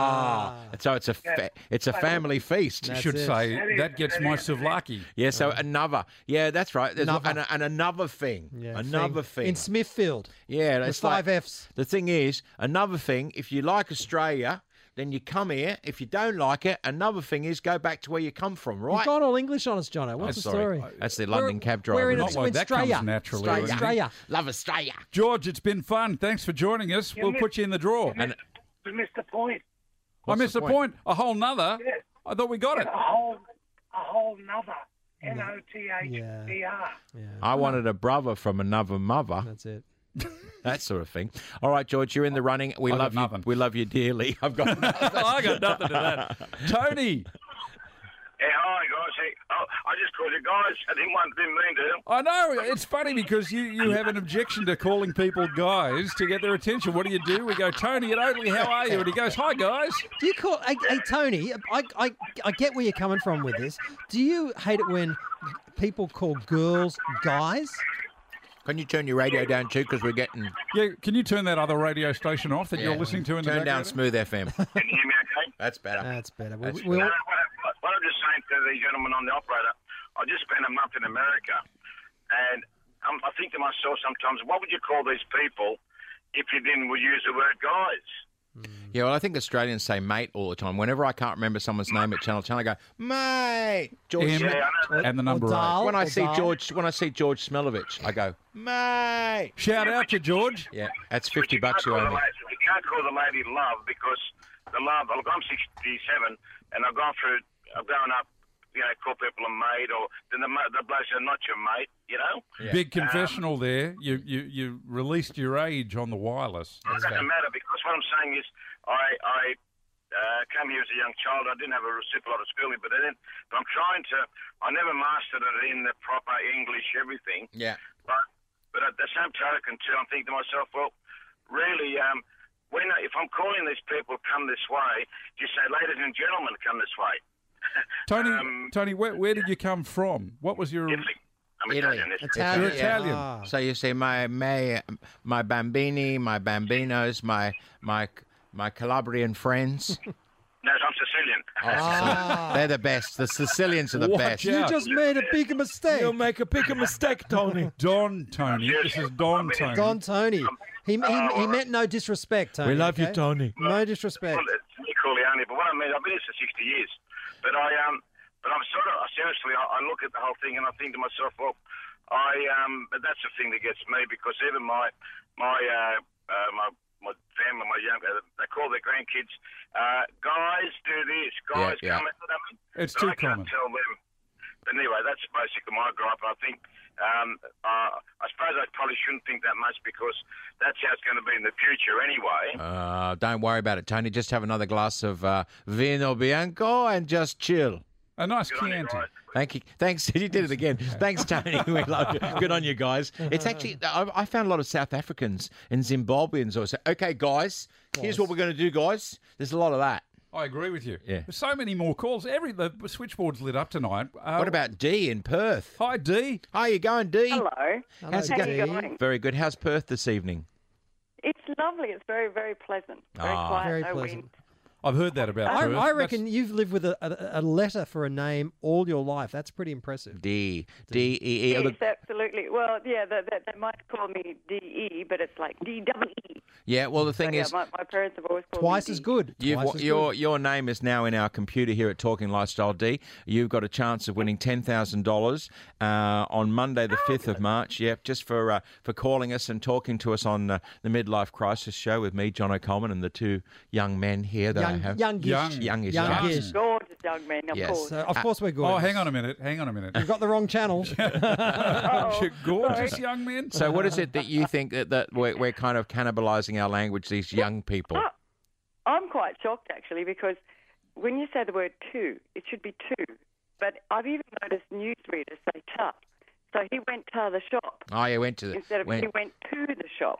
[SPEAKER 8] Ah, so it's a fa- it's a family feast.
[SPEAKER 9] You should say that gets my souvlaki.
[SPEAKER 8] Yeah, so another. Yeah, that's right. There's
[SPEAKER 9] Uh, Another.
[SPEAKER 8] And, and another thing. another thing.
[SPEAKER 10] In Smithfield.
[SPEAKER 8] yeah,
[SPEAKER 10] the
[SPEAKER 8] it's like-
[SPEAKER 10] five Fs.
[SPEAKER 8] The thing is, another thing. If you like Australia, then you come here. If you don't like it, another thing is go back to where you come from. Right?
[SPEAKER 10] You've gone all English on us, Jono. What's
[SPEAKER 8] I'm
[SPEAKER 10] the
[SPEAKER 8] sorry.
[SPEAKER 10] story?
[SPEAKER 8] That's the
[SPEAKER 10] We're-
[SPEAKER 8] London cab driver.
[SPEAKER 10] We're in
[SPEAKER 9] Not like that
[SPEAKER 10] Australia.
[SPEAKER 9] comes naturally.
[SPEAKER 10] Australia.
[SPEAKER 9] wouldn't it?
[SPEAKER 10] Australia.
[SPEAKER 8] Love Australia.
[SPEAKER 9] George, it's been fun. Thanks for joining us.
[SPEAKER 14] You
[SPEAKER 9] we'll
[SPEAKER 14] missed-
[SPEAKER 9] put you in the draw.
[SPEAKER 14] We missed the point.
[SPEAKER 9] I missed the point. A whole nother. I thought we got it. Mm.
[SPEAKER 14] A whole, a whole nother. N O T H E R.
[SPEAKER 8] I wanted a brother from another mother. That's
[SPEAKER 10] it.
[SPEAKER 8] that sort of thing. All right, George, you're in the running. We
[SPEAKER 9] I've got
[SPEAKER 8] love you. We love you dearly. I've got.
[SPEAKER 9] I got nothing to that. Tony,
[SPEAKER 15] Hey, hi guys. Hey, oh, I just called you guys. I didn't want didn't mean to.
[SPEAKER 9] I know it's funny because you, you have an objection to calling people guys to get their attention. What do you do? We go, Tony and Oatley, how are you? And he goes, Hi guys.
[SPEAKER 10] Do you call hey, hey Tony? I, I I get where you're coming from with this. Do you hate it when people call girls guys?
[SPEAKER 8] Can you turn your radio down too? Because we're getting
[SPEAKER 9] Yeah, can you turn that other radio station off that
[SPEAKER 8] Yeah.
[SPEAKER 9] you're listening to in the
[SPEAKER 8] Turn down
[SPEAKER 9] background?
[SPEAKER 8] Smooth FM.
[SPEAKER 15] Can you hear me okay?
[SPEAKER 8] That's better.
[SPEAKER 10] That's better. We-
[SPEAKER 8] That's
[SPEAKER 10] we-
[SPEAKER 15] No, no, what, I- what, what I'm just saying to the gentleman on the operator, I just spent a month in America, and um, I think to myself sometimes, what would you call these people if you didn't use the word guys?
[SPEAKER 8] Yeah, well, I think Australians say mate all the time. Whenever I can't remember someone's name at Channel 10, I go, mate. George
[SPEAKER 9] M
[SPEAKER 8] Smith.
[SPEAKER 9] and the number
[SPEAKER 8] When
[SPEAKER 9] eight.
[SPEAKER 8] I see George, when I see George Smelovich, I go, mate.
[SPEAKER 9] Shout out to George.
[SPEAKER 8] Yeah, that's 50 bucks you
[SPEAKER 15] Call
[SPEAKER 8] owe
[SPEAKER 15] the
[SPEAKER 8] me.
[SPEAKER 15] lady- you can't call the lady love because the love. Look, I'm 67, and I've gone through, I've grown uh, up. You know, call people a mate, or then the mo- the blokes are not your mate. You know,
[SPEAKER 9] Big
[SPEAKER 15] Um,
[SPEAKER 9] confessional there. You, you you released your age on the wireless.
[SPEAKER 15] Um, It doesn't matter because what I'm saying is, I I uh, came here as a young child. I didn't have a super lot of schooling, but I didn't. But I'm trying to. I never mastered it in the proper English everything.
[SPEAKER 8] Yeah.
[SPEAKER 15] But but uh, at the same token, too, I'm thinking to myself, well, really, um, when I- if I'm calling these people come this way, just say, ladies and gentlemen, come this way.
[SPEAKER 9] Tony,
[SPEAKER 15] Um,
[SPEAKER 9] Tony, where, where did you come from? What was your?
[SPEAKER 15] I'm Italian. It's-
[SPEAKER 9] Italian. You're Italian.
[SPEAKER 8] So you say my my my bambini, my bambinos, my my my Calabrian friends.
[SPEAKER 15] No, I'm Sicilian.
[SPEAKER 8] They're the best. The Sicilians are the
[SPEAKER 9] Watch
[SPEAKER 8] best.
[SPEAKER 9] out. Ah. You
[SPEAKER 10] just made a big mistake. You'll
[SPEAKER 8] make a big mistake, Tony.
[SPEAKER 9] Don Tony. This is Don Tony. Uh,
[SPEAKER 10] Don Tony. He, he, he meant no disrespect, Tony.
[SPEAKER 9] love you,
[SPEAKER 10] okay?
[SPEAKER 9] Tony.
[SPEAKER 10] No disrespect.
[SPEAKER 15] Well, it's me, Corleone, but what I mean, I've been here for 60 years, but I um, but I'm sort of seriously, I, I look at the whole thing and I think to myself, well, I um, but that's the thing that gets me because even my my uh, uh my my family, my young, uh, they call their grandkids, uh, guys, do this, guys,
[SPEAKER 9] Yeah, yeah.
[SPEAKER 15] come and I mean,
[SPEAKER 9] It's
[SPEAKER 15] but
[SPEAKER 9] too
[SPEAKER 15] I can't
[SPEAKER 9] common.
[SPEAKER 15] tell them. But anyway, that's basically my gripe. I think. Um, uh, I suppose I probably shouldn't think that much because that's how it's going to be in the future anyway.
[SPEAKER 8] Uh, don't worry about it, Tony. Just have another glass of uh, vino bianco and just chill.
[SPEAKER 9] A nice Chianti.
[SPEAKER 8] Thank you. Thanks. You did it again. Thanks, Tony. We love you. Good on you guys. It's actually, I, I found a lot of South Africans and Zimbabweans also. Okay, guys, here's what we're going to do, guys. There's a lot of that.
[SPEAKER 9] I agree with you.
[SPEAKER 8] Yeah.
[SPEAKER 9] There's so many more calls. Every the switchboard's lit up tonight. Uh,
[SPEAKER 8] what about D in Perth?
[SPEAKER 9] Hi, D.
[SPEAKER 8] How you going, D?
[SPEAKER 16] Hello.
[SPEAKER 8] How's
[SPEAKER 16] How
[SPEAKER 8] it
[SPEAKER 16] you going?
[SPEAKER 8] Very good. How's Perth this evening?
[SPEAKER 16] It's lovely. It's very, very pleasant. Very
[SPEAKER 8] Ah.
[SPEAKER 16] quiet.
[SPEAKER 10] Very
[SPEAKER 16] no
[SPEAKER 10] pleasant.
[SPEAKER 16] wind.
[SPEAKER 9] I've heard that about
[SPEAKER 10] I,
[SPEAKER 9] Perth.
[SPEAKER 10] I
[SPEAKER 9] That's-
[SPEAKER 10] reckon you've lived with a, a, a letter for a name all your life. That's pretty impressive.
[SPEAKER 8] D. D E E. Oh,
[SPEAKER 16] Yes,
[SPEAKER 8] look-
[SPEAKER 16] absolutely. Well, yeah, they, they, they might call me DE, but it's like E DWE.
[SPEAKER 8] Yeah, well, the thing
[SPEAKER 16] yeah,
[SPEAKER 8] is.
[SPEAKER 16] my, my parents have always called me DE.
[SPEAKER 10] good.
[SPEAKER 8] You've, wa- your your name is now in our computer here at Talking Lifestyle D. You've got a chance of winning ten thousand uh, dollars on Monday,
[SPEAKER 16] Oh,
[SPEAKER 8] the fifth of March. Yep, just for uh, for calling us and talking to us on uh, the Midlife Crisis Show with me, John O'Coleman, and the two young men here that I
[SPEAKER 10] Young-
[SPEAKER 8] have.
[SPEAKER 10] youngish.
[SPEAKER 8] young, youngish, young.
[SPEAKER 16] Gorgeous young man, of
[SPEAKER 8] Yes.
[SPEAKER 16] course.
[SPEAKER 10] Uh, of course we're gorgeous.
[SPEAKER 9] Oh, hang on a minute. Hang on a minute.
[SPEAKER 10] You've got the wrong channel.
[SPEAKER 9] You gorgeous Oh, young man.
[SPEAKER 8] So, what is it that you think that, that we're, we're kind of cannibalising our language? These young people.
[SPEAKER 16] Ah, I'm quite shocked actually because when you say the word two, it should be two. But I've even noticed newsreaders say ta. So he went to the shop
[SPEAKER 8] Oh, yeah, went to the.
[SPEAKER 16] instead of
[SPEAKER 8] went-
[SPEAKER 16] he went to the shop.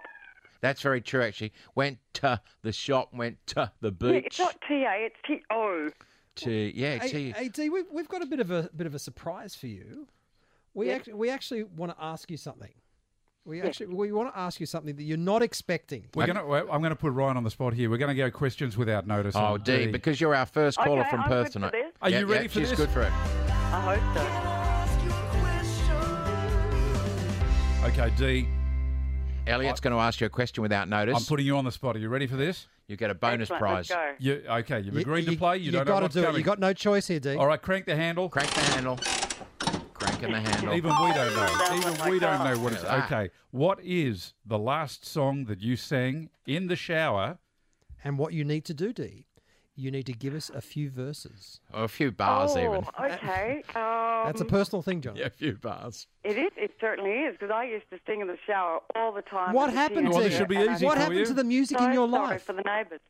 [SPEAKER 8] That's very true, actually. Went to the shop. Went to the
[SPEAKER 16] Yeah,
[SPEAKER 8] beach.
[SPEAKER 16] it's not T A, it's T O.
[SPEAKER 8] to yeah, to
[SPEAKER 10] Hey, hey, D, we've, we've got a bit of a bit of a surprise for you. We
[SPEAKER 16] Yeah.
[SPEAKER 10] act- we actually want to ask you something. We
[SPEAKER 16] Yeah.
[SPEAKER 10] actually we want to ask you something that you're not expecting.
[SPEAKER 9] We're gonna, well, I'm going to put Ryan on the spot here. We're going to go questions without notice.
[SPEAKER 8] Oh, Dee, because you're our first caller Okay, from I'm Perth good for tonight. this.
[SPEAKER 9] Are
[SPEAKER 8] Yeah,
[SPEAKER 9] you
[SPEAKER 8] yeah,
[SPEAKER 9] ready for
[SPEAKER 8] she's
[SPEAKER 9] this?
[SPEAKER 8] good for it.
[SPEAKER 16] I hope so.
[SPEAKER 9] Okay, D.
[SPEAKER 8] Elliot's going to ask you a question without notice.
[SPEAKER 9] I'm putting you on the spot. Are you ready for this?
[SPEAKER 8] You get a bonus
[SPEAKER 9] Excellent, let's
[SPEAKER 8] prize.
[SPEAKER 9] go. You- okay, you've agreed to play. You,
[SPEAKER 10] you
[SPEAKER 9] don't know
[SPEAKER 10] gotta
[SPEAKER 9] what's
[SPEAKER 10] do
[SPEAKER 9] coming.
[SPEAKER 10] it. You got no choice here, D.
[SPEAKER 9] All right, crank the handle.
[SPEAKER 8] Crank the handle. Cracking the handle.
[SPEAKER 9] Even we don't know. Even we don't know what it's.
[SPEAKER 8] Look at that.
[SPEAKER 9] Okay, what is the last song that you sang in the shower?
[SPEAKER 10] And what you need to do, D, you need to give us a few verses.
[SPEAKER 8] Or a few bars,
[SPEAKER 16] oh,
[SPEAKER 8] even.
[SPEAKER 16] okay.
[SPEAKER 10] That's a
[SPEAKER 16] Um,
[SPEAKER 10] personal thing, John.
[SPEAKER 8] Yeah, a few bars.
[SPEAKER 16] It is. It certainly is because I used to sing in the shower all the time.
[SPEAKER 10] What
[SPEAKER 16] as a
[SPEAKER 10] happened
[SPEAKER 16] teenager,
[SPEAKER 10] to Well, this should be
[SPEAKER 16] and I-
[SPEAKER 10] easy What for happened you. to the music
[SPEAKER 16] so
[SPEAKER 10] in your
[SPEAKER 16] sorry
[SPEAKER 10] life?
[SPEAKER 16] for the neighbours.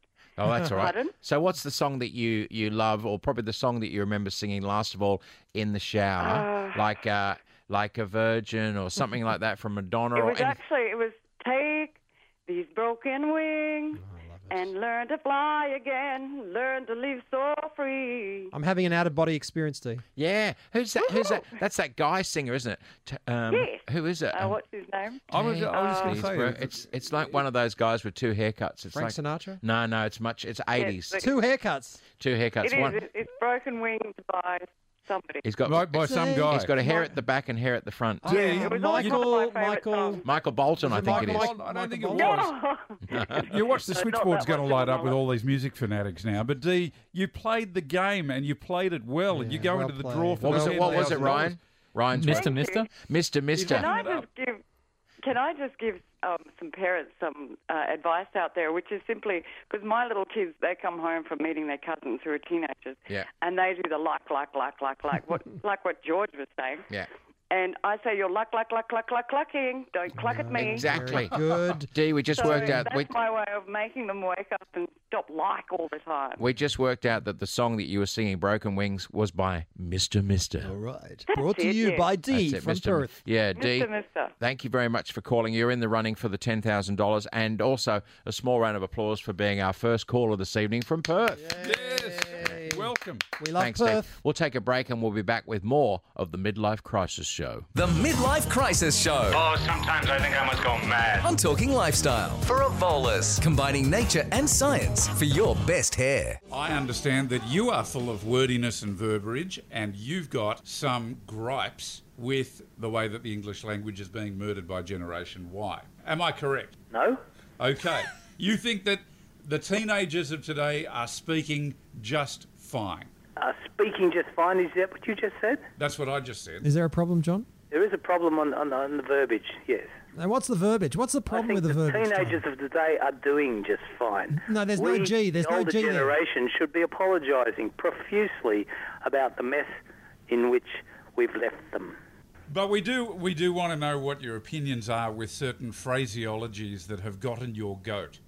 [SPEAKER 8] Oh, that's all right.
[SPEAKER 16] Pardon?
[SPEAKER 8] So, what's the song that you you love, or probably the song that you remember singing last of all in the shower,
[SPEAKER 16] Ah.
[SPEAKER 8] like uh, like a virgin or something like that from Madonna
[SPEAKER 16] It
[SPEAKER 8] or
[SPEAKER 16] was
[SPEAKER 8] anything?
[SPEAKER 16] actually it was take these broken wings
[SPEAKER 10] Oh,
[SPEAKER 16] and learn to fly again, learn to live so free.
[SPEAKER 10] I'm having an out of body experience, D.
[SPEAKER 8] Yeah, who's that? Who's that? That's that guy singer, isn't it? T- um,
[SPEAKER 16] Yes.
[SPEAKER 8] Who is it?
[SPEAKER 16] Uh,
[SPEAKER 8] Um,
[SPEAKER 16] what's his name? Uh,
[SPEAKER 9] I was- I was just gonna
[SPEAKER 8] Jeez,
[SPEAKER 9] say,
[SPEAKER 8] bro,
[SPEAKER 9] it's-
[SPEAKER 8] it's it's like one of those guys with two haircuts. It's
[SPEAKER 10] Frank
[SPEAKER 8] like,
[SPEAKER 10] Sinatra?
[SPEAKER 8] No, no, it's much. It's eighties.
[SPEAKER 16] but-
[SPEAKER 10] Two haircuts.
[SPEAKER 8] Two
[SPEAKER 16] It
[SPEAKER 8] haircuts.
[SPEAKER 16] is.
[SPEAKER 8] One.
[SPEAKER 16] it- It's broken wings by somebody.
[SPEAKER 8] He's got
[SPEAKER 9] Right, by some guy.
[SPEAKER 8] He's got a hair at the back and hair at the front.
[SPEAKER 10] Yeah, Michael, Michael.
[SPEAKER 8] Michael Bolton, I
[SPEAKER 10] it
[SPEAKER 8] think it is.
[SPEAKER 10] Michael
[SPEAKER 9] I don't think it
[SPEAKER 10] Bolton?
[SPEAKER 9] was. You watch the switchboard's going to light up with all these music fanatics now. But D, you played the game and you played it well, and you go into the draw for
[SPEAKER 8] What was it? What was it,
[SPEAKER 9] $10,000.
[SPEAKER 8] Ryan? Ryan's
[SPEAKER 9] Mr.
[SPEAKER 8] one.
[SPEAKER 9] Mister?
[SPEAKER 8] Mr.
[SPEAKER 16] Can I
[SPEAKER 8] Mister.
[SPEAKER 16] just give? Can I just give um, some parents some uh, advice out there, which is simply because my little kids they come home from meeting their cousins who are teenagers,
[SPEAKER 8] Yeah.
[SPEAKER 16] and they do the like, like, like, like, like what like what George was saying,
[SPEAKER 8] Yeah.
[SPEAKER 16] and I say you're luck, luck, luck, luck, luck, clucking, don't cluck at me.
[SPEAKER 8] Exactly.
[SPEAKER 10] Good.
[SPEAKER 8] Dee, we just
[SPEAKER 16] So
[SPEAKER 8] worked out.
[SPEAKER 16] That's
[SPEAKER 8] We,
[SPEAKER 16] my way of making them wake up and stop like all the time.
[SPEAKER 8] we just worked out that the song that you were singing, "Broken Wings," was by Mr. Mister. All
[SPEAKER 10] right.
[SPEAKER 16] That's
[SPEAKER 10] Brought to
[SPEAKER 16] it,
[SPEAKER 10] you
[SPEAKER 16] yes.
[SPEAKER 10] by D
[SPEAKER 8] That's it,
[SPEAKER 10] from
[SPEAKER 8] Mr.
[SPEAKER 10] Perth.
[SPEAKER 8] Yeah, D.
[SPEAKER 16] Mr. Mister.
[SPEAKER 8] Thank you very much for calling. You're in the running for the ten thousand dollars, and also a small round of applause for being our first caller this evening from Perth.
[SPEAKER 9] Yes. Welcome.
[SPEAKER 10] We love
[SPEAKER 8] Thanks, Dee.
[SPEAKER 10] Perth.
[SPEAKER 8] We'll take a break, and we'll be back with more of the midlife crisis show.
[SPEAKER 3] The Midlife Crisis Show.
[SPEAKER 5] Oh, sometimes I think I must go mad.
[SPEAKER 3] I'm talking lifestyle. For a volus. Combining nature and science for your best hair.
[SPEAKER 9] I understand that you are full of wordiness and verbiage, and you've got some gripes with the way that the English language is being murdered by Generation Y. Am I correct?
[SPEAKER 11] No.
[SPEAKER 9] Okay. you think that the teenagers of today are speaking just fine.
[SPEAKER 17] Uh, speaking just fine, is that what you just said?
[SPEAKER 9] That's what I just said.
[SPEAKER 10] Is there a problem, John?
[SPEAKER 17] There is a problem on, on, on the verbiage, yes.
[SPEAKER 10] Now, what's the verbiage? What's the problem with the, verbiage? John?
[SPEAKER 17] Teenagers of today are doing just fine.
[SPEAKER 10] No, there's no
[SPEAKER 17] we,
[SPEAKER 10] G, there's
[SPEAKER 17] the
[SPEAKER 10] no
[SPEAKER 17] older
[SPEAKER 10] G there.
[SPEAKER 17] generation should be apologising profusely about the mess in which we've left them.
[SPEAKER 9] But we do we do want to know what your opinions are with certain phraseologies that have gotten your goat.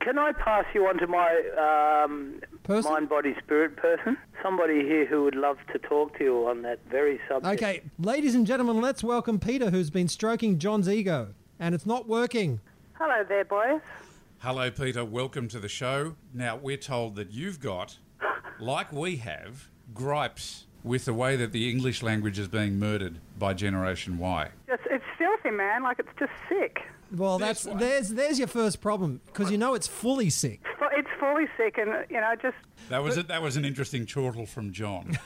[SPEAKER 17] Can I pass you on to my um, mind, body, spirit person? Somebody here who would love to talk to you on that very subject.
[SPEAKER 10] Okay, ladies and gentlemen, let's welcome Peter, who's been stroking John's ego, and it's not working.
[SPEAKER 18] Hello there, boys.
[SPEAKER 9] Hello, Peter. Welcome to the show. Now, we're told that you've got, like we have, gripes with the way that the English language is being murdered by Generation Y.
[SPEAKER 18] Just, it's filthy, man. Like it's just sick.
[SPEAKER 10] Well, that's there's there's your first problem because you know it's fully sick.
[SPEAKER 18] It's fu- It's fully sick, and you know, just
[SPEAKER 9] That was it. That was an interesting chortle from John.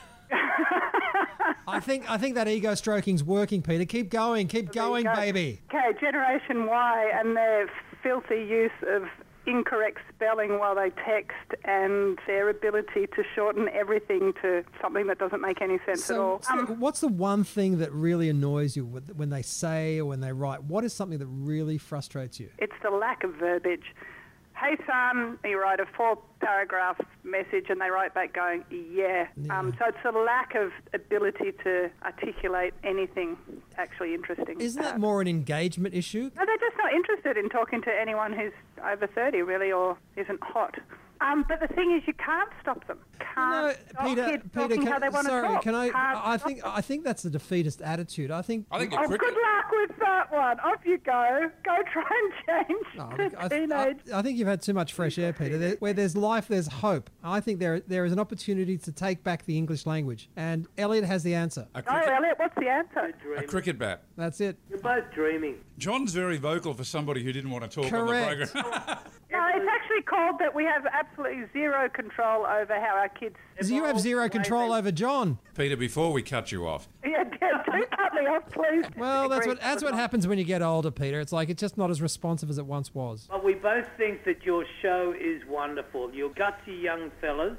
[SPEAKER 10] I think I think that ego stroking's working, Peter. Keep going, keep going, baby.
[SPEAKER 18] okay. Generation Y and their filthy use of incorrect spelling while they text, and their ability to shorten everything to something that doesn't make any sense at
[SPEAKER 10] So,
[SPEAKER 18] all. Um,
[SPEAKER 10] so what's the one thing that really annoys you with- when they say or when they write? What is something that really frustrates you?
[SPEAKER 18] It's the lack of verbiage. Hey, son, you write a four paragraph message and they write back going, yeah. Um, so it's a lack of ability to articulate anything actually interesting. Uh,
[SPEAKER 10] Isn't that more an engagement issue?
[SPEAKER 18] No, they're just not interested in talking to anyone who's over 30, really, or isn't hot. Um, but the thing is, you can't stop them. Can't stop
[SPEAKER 19] Peter,
[SPEAKER 18] kids
[SPEAKER 19] Peter,
[SPEAKER 18] talking how they
[SPEAKER 19] can,
[SPEAKER 18] want
[SPEAKER 19] sorry,
[SPEAKER 18] to talk.
[SPEAKER 19] can I?
[SPEAKER 18] Can't
[SPEAKER 19] I I
[SPEAKER 18] stop
[SPEAKER 19] think I think that's the defeatist attitude. I think. I think
[SPEAKER 18] Oh, good luck with that one. Off you go. Go try and change the
[SPEAKER 19] I, th-
[SPEAKER 18] teenage.
[SPEAKER 19] I, I think you've had too much fresh air, Peter. There, where there's life, there's hope. I think there there is an opportunity to take back the English language, and Elliot has the answer.
[SPEAKER 18] oh, Elliot, what's the answer?
[SPEAKER 9] A cricket bat.
[SPEAKER 19] That's it.
[SPEAKER 18] You're both dreaming.
[SPEAKER 9] John's very vocal for somebody who didn't want to talk on the
[SPEAKER 19] Correct.
[SPEAKER 9] program.
[SPEAKER 18] No, it's actually called that we have absolutely zero control over how our kids.
[SPEAKER 19] So you have zero control over John.
[SPEAKER 9] Peter, before we cut you off,
[SPEAKER 18] Yeah, yeah, do cut me off, please.
[SPEAKER 19] Well, that's what that's what happens when you get older, Peter. It's like it's just not as responsive as it once was.
[SPEAKER 20] Well, we both think that your show is wonderful. You're gutsy young fellas.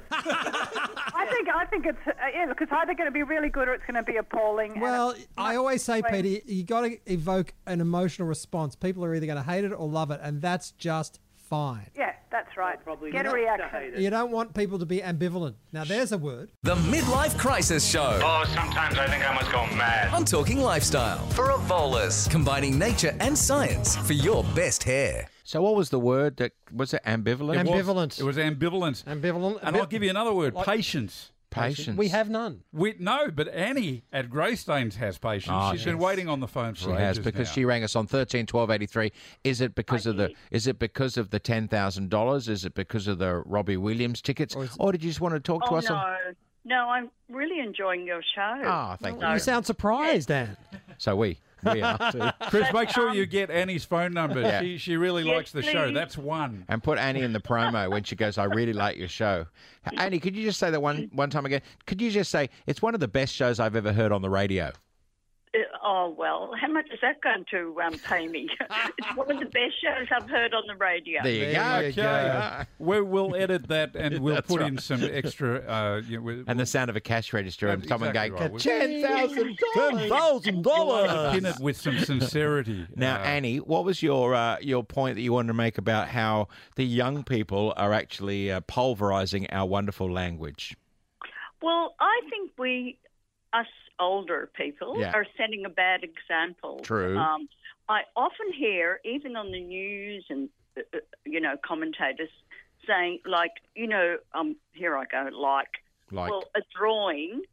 [SPEAKER 18] I think I think it's uh, yeah, look, it's either going to be really good or it's going to be appalling.
[SPEAKER 19] Well, I always say,
[SPEAKER 18] Right.
[SPEAKER 19] Peter, you got to evoke an emotional response. People are either going to hate it or love it, and that's just fine.
[SPEAKER 18] yeah, that's right. Probably get a
[SPEAKER 19] not to
[SPEAKER 18] reaction.
[SPEAKER 19] You don't want people to be ambivalent. Now, there's a word.
[SPEAKER 3] The Midlife Crisis Show.
[SPEAKER 5] Oh, sometimes I think I must go mad.
[SPEAKER 3] On Talking Lifestyle. For a volus. Combining nature and science for your best hair.
[SPEAKER 8] So, what was the word that was it? Ambivalent.
[SPEAKER 9] It was- It was ambivalent.
[SPEAKER 19] Ambivalent.
[SPEAKER 9] And I'll give you another word: patience.
[SPEAKER 8] Patience. We
[SPEAKER 19] have none.
[SPEAKER 9] We no, but Annie at Greystanes has patience.
[SPEAKER 8] Oh,
[SPEAKER 9] She's been
[SPEAKER 8] yes.
[SPEAKER 9] waiting on the phone for
[SPEAKER 8] She has
[SPEAKER 9] ages
[SPEAKER 8] because
[SPEAKER 9] now.
[SPEAKER 8] she rang us on thirteen twelve eighty three. Is it because of the? Is it because of the ten thousand dollars? Is it because of the Robbie Williams tickets? Or, did you just want to talk to
[SPEAKER 21] oh,
[SPEAKER 8] us?
[SPEAKER 21] no.
[SPEAKER 8] on-
[SPEAKER 21] No, I'm really enjoying your show.
[SPEAKER 8] Ah, thank you.
[SPEAKER 19] You sound surprised, Dan.
[SPEAKER 8] So we we are too.
[SPEAKER 9] Chris, make sure you get Annie's phone number.
[SPEAKER 8] Yeah.
[SPEAKER 9] She she really
[SPEAKER 8] Yes,
[SPEAKER 9] likes the show.
[SPEAKER 8] please.
[SPEAKER 9] That's one.
[SPEAKER 8] And put Annie in the promo when she goes, I really like your show. Annie, could you just say that one one time again? Could you just say it's one of the best shows I've ever heard on the radio?
[SPEAKER 21] Uh, oh, well, how much is that going to um, pay me? it's one of the best shows I've heard on the radio.
[SPEAKER 9] Okay. We will edit that and we'll
[SPEAKER 8] That's
[SPEAKER 9] put in
[SPEAKER 8] right.
[SPEAKER 9] some extra. Uh, you know, we-
[SPEAKER 8] And the sound of a cash register and someone
[SPEAKER 9] exactly
[SPEAKER 8] going,
[SPEAKER 9] right.
[SPEAKER 8] $10,000.
[SPEAKER 9] We'll Pin it with some sincerity. uh,
[SPEAKER 8] Now, Annie, what was your uh, your point that you wanted to make about how the young people are actually uh, pulverizing our wonderful language?
[SPEAKER 21] Well, I think we, us older people,
[SPEAKER 8] Yeah.
[SPEAKER 21] are setting a bad example.
[SPEAKER 8] True.
[SPEAKER 21] Um, I often hear, even on the news and, uh, uh, you know, commentators saying, like, you know, um, here I go, like,
[SPEAKER 8] Like
[SPEAKER 21] well, a drawing,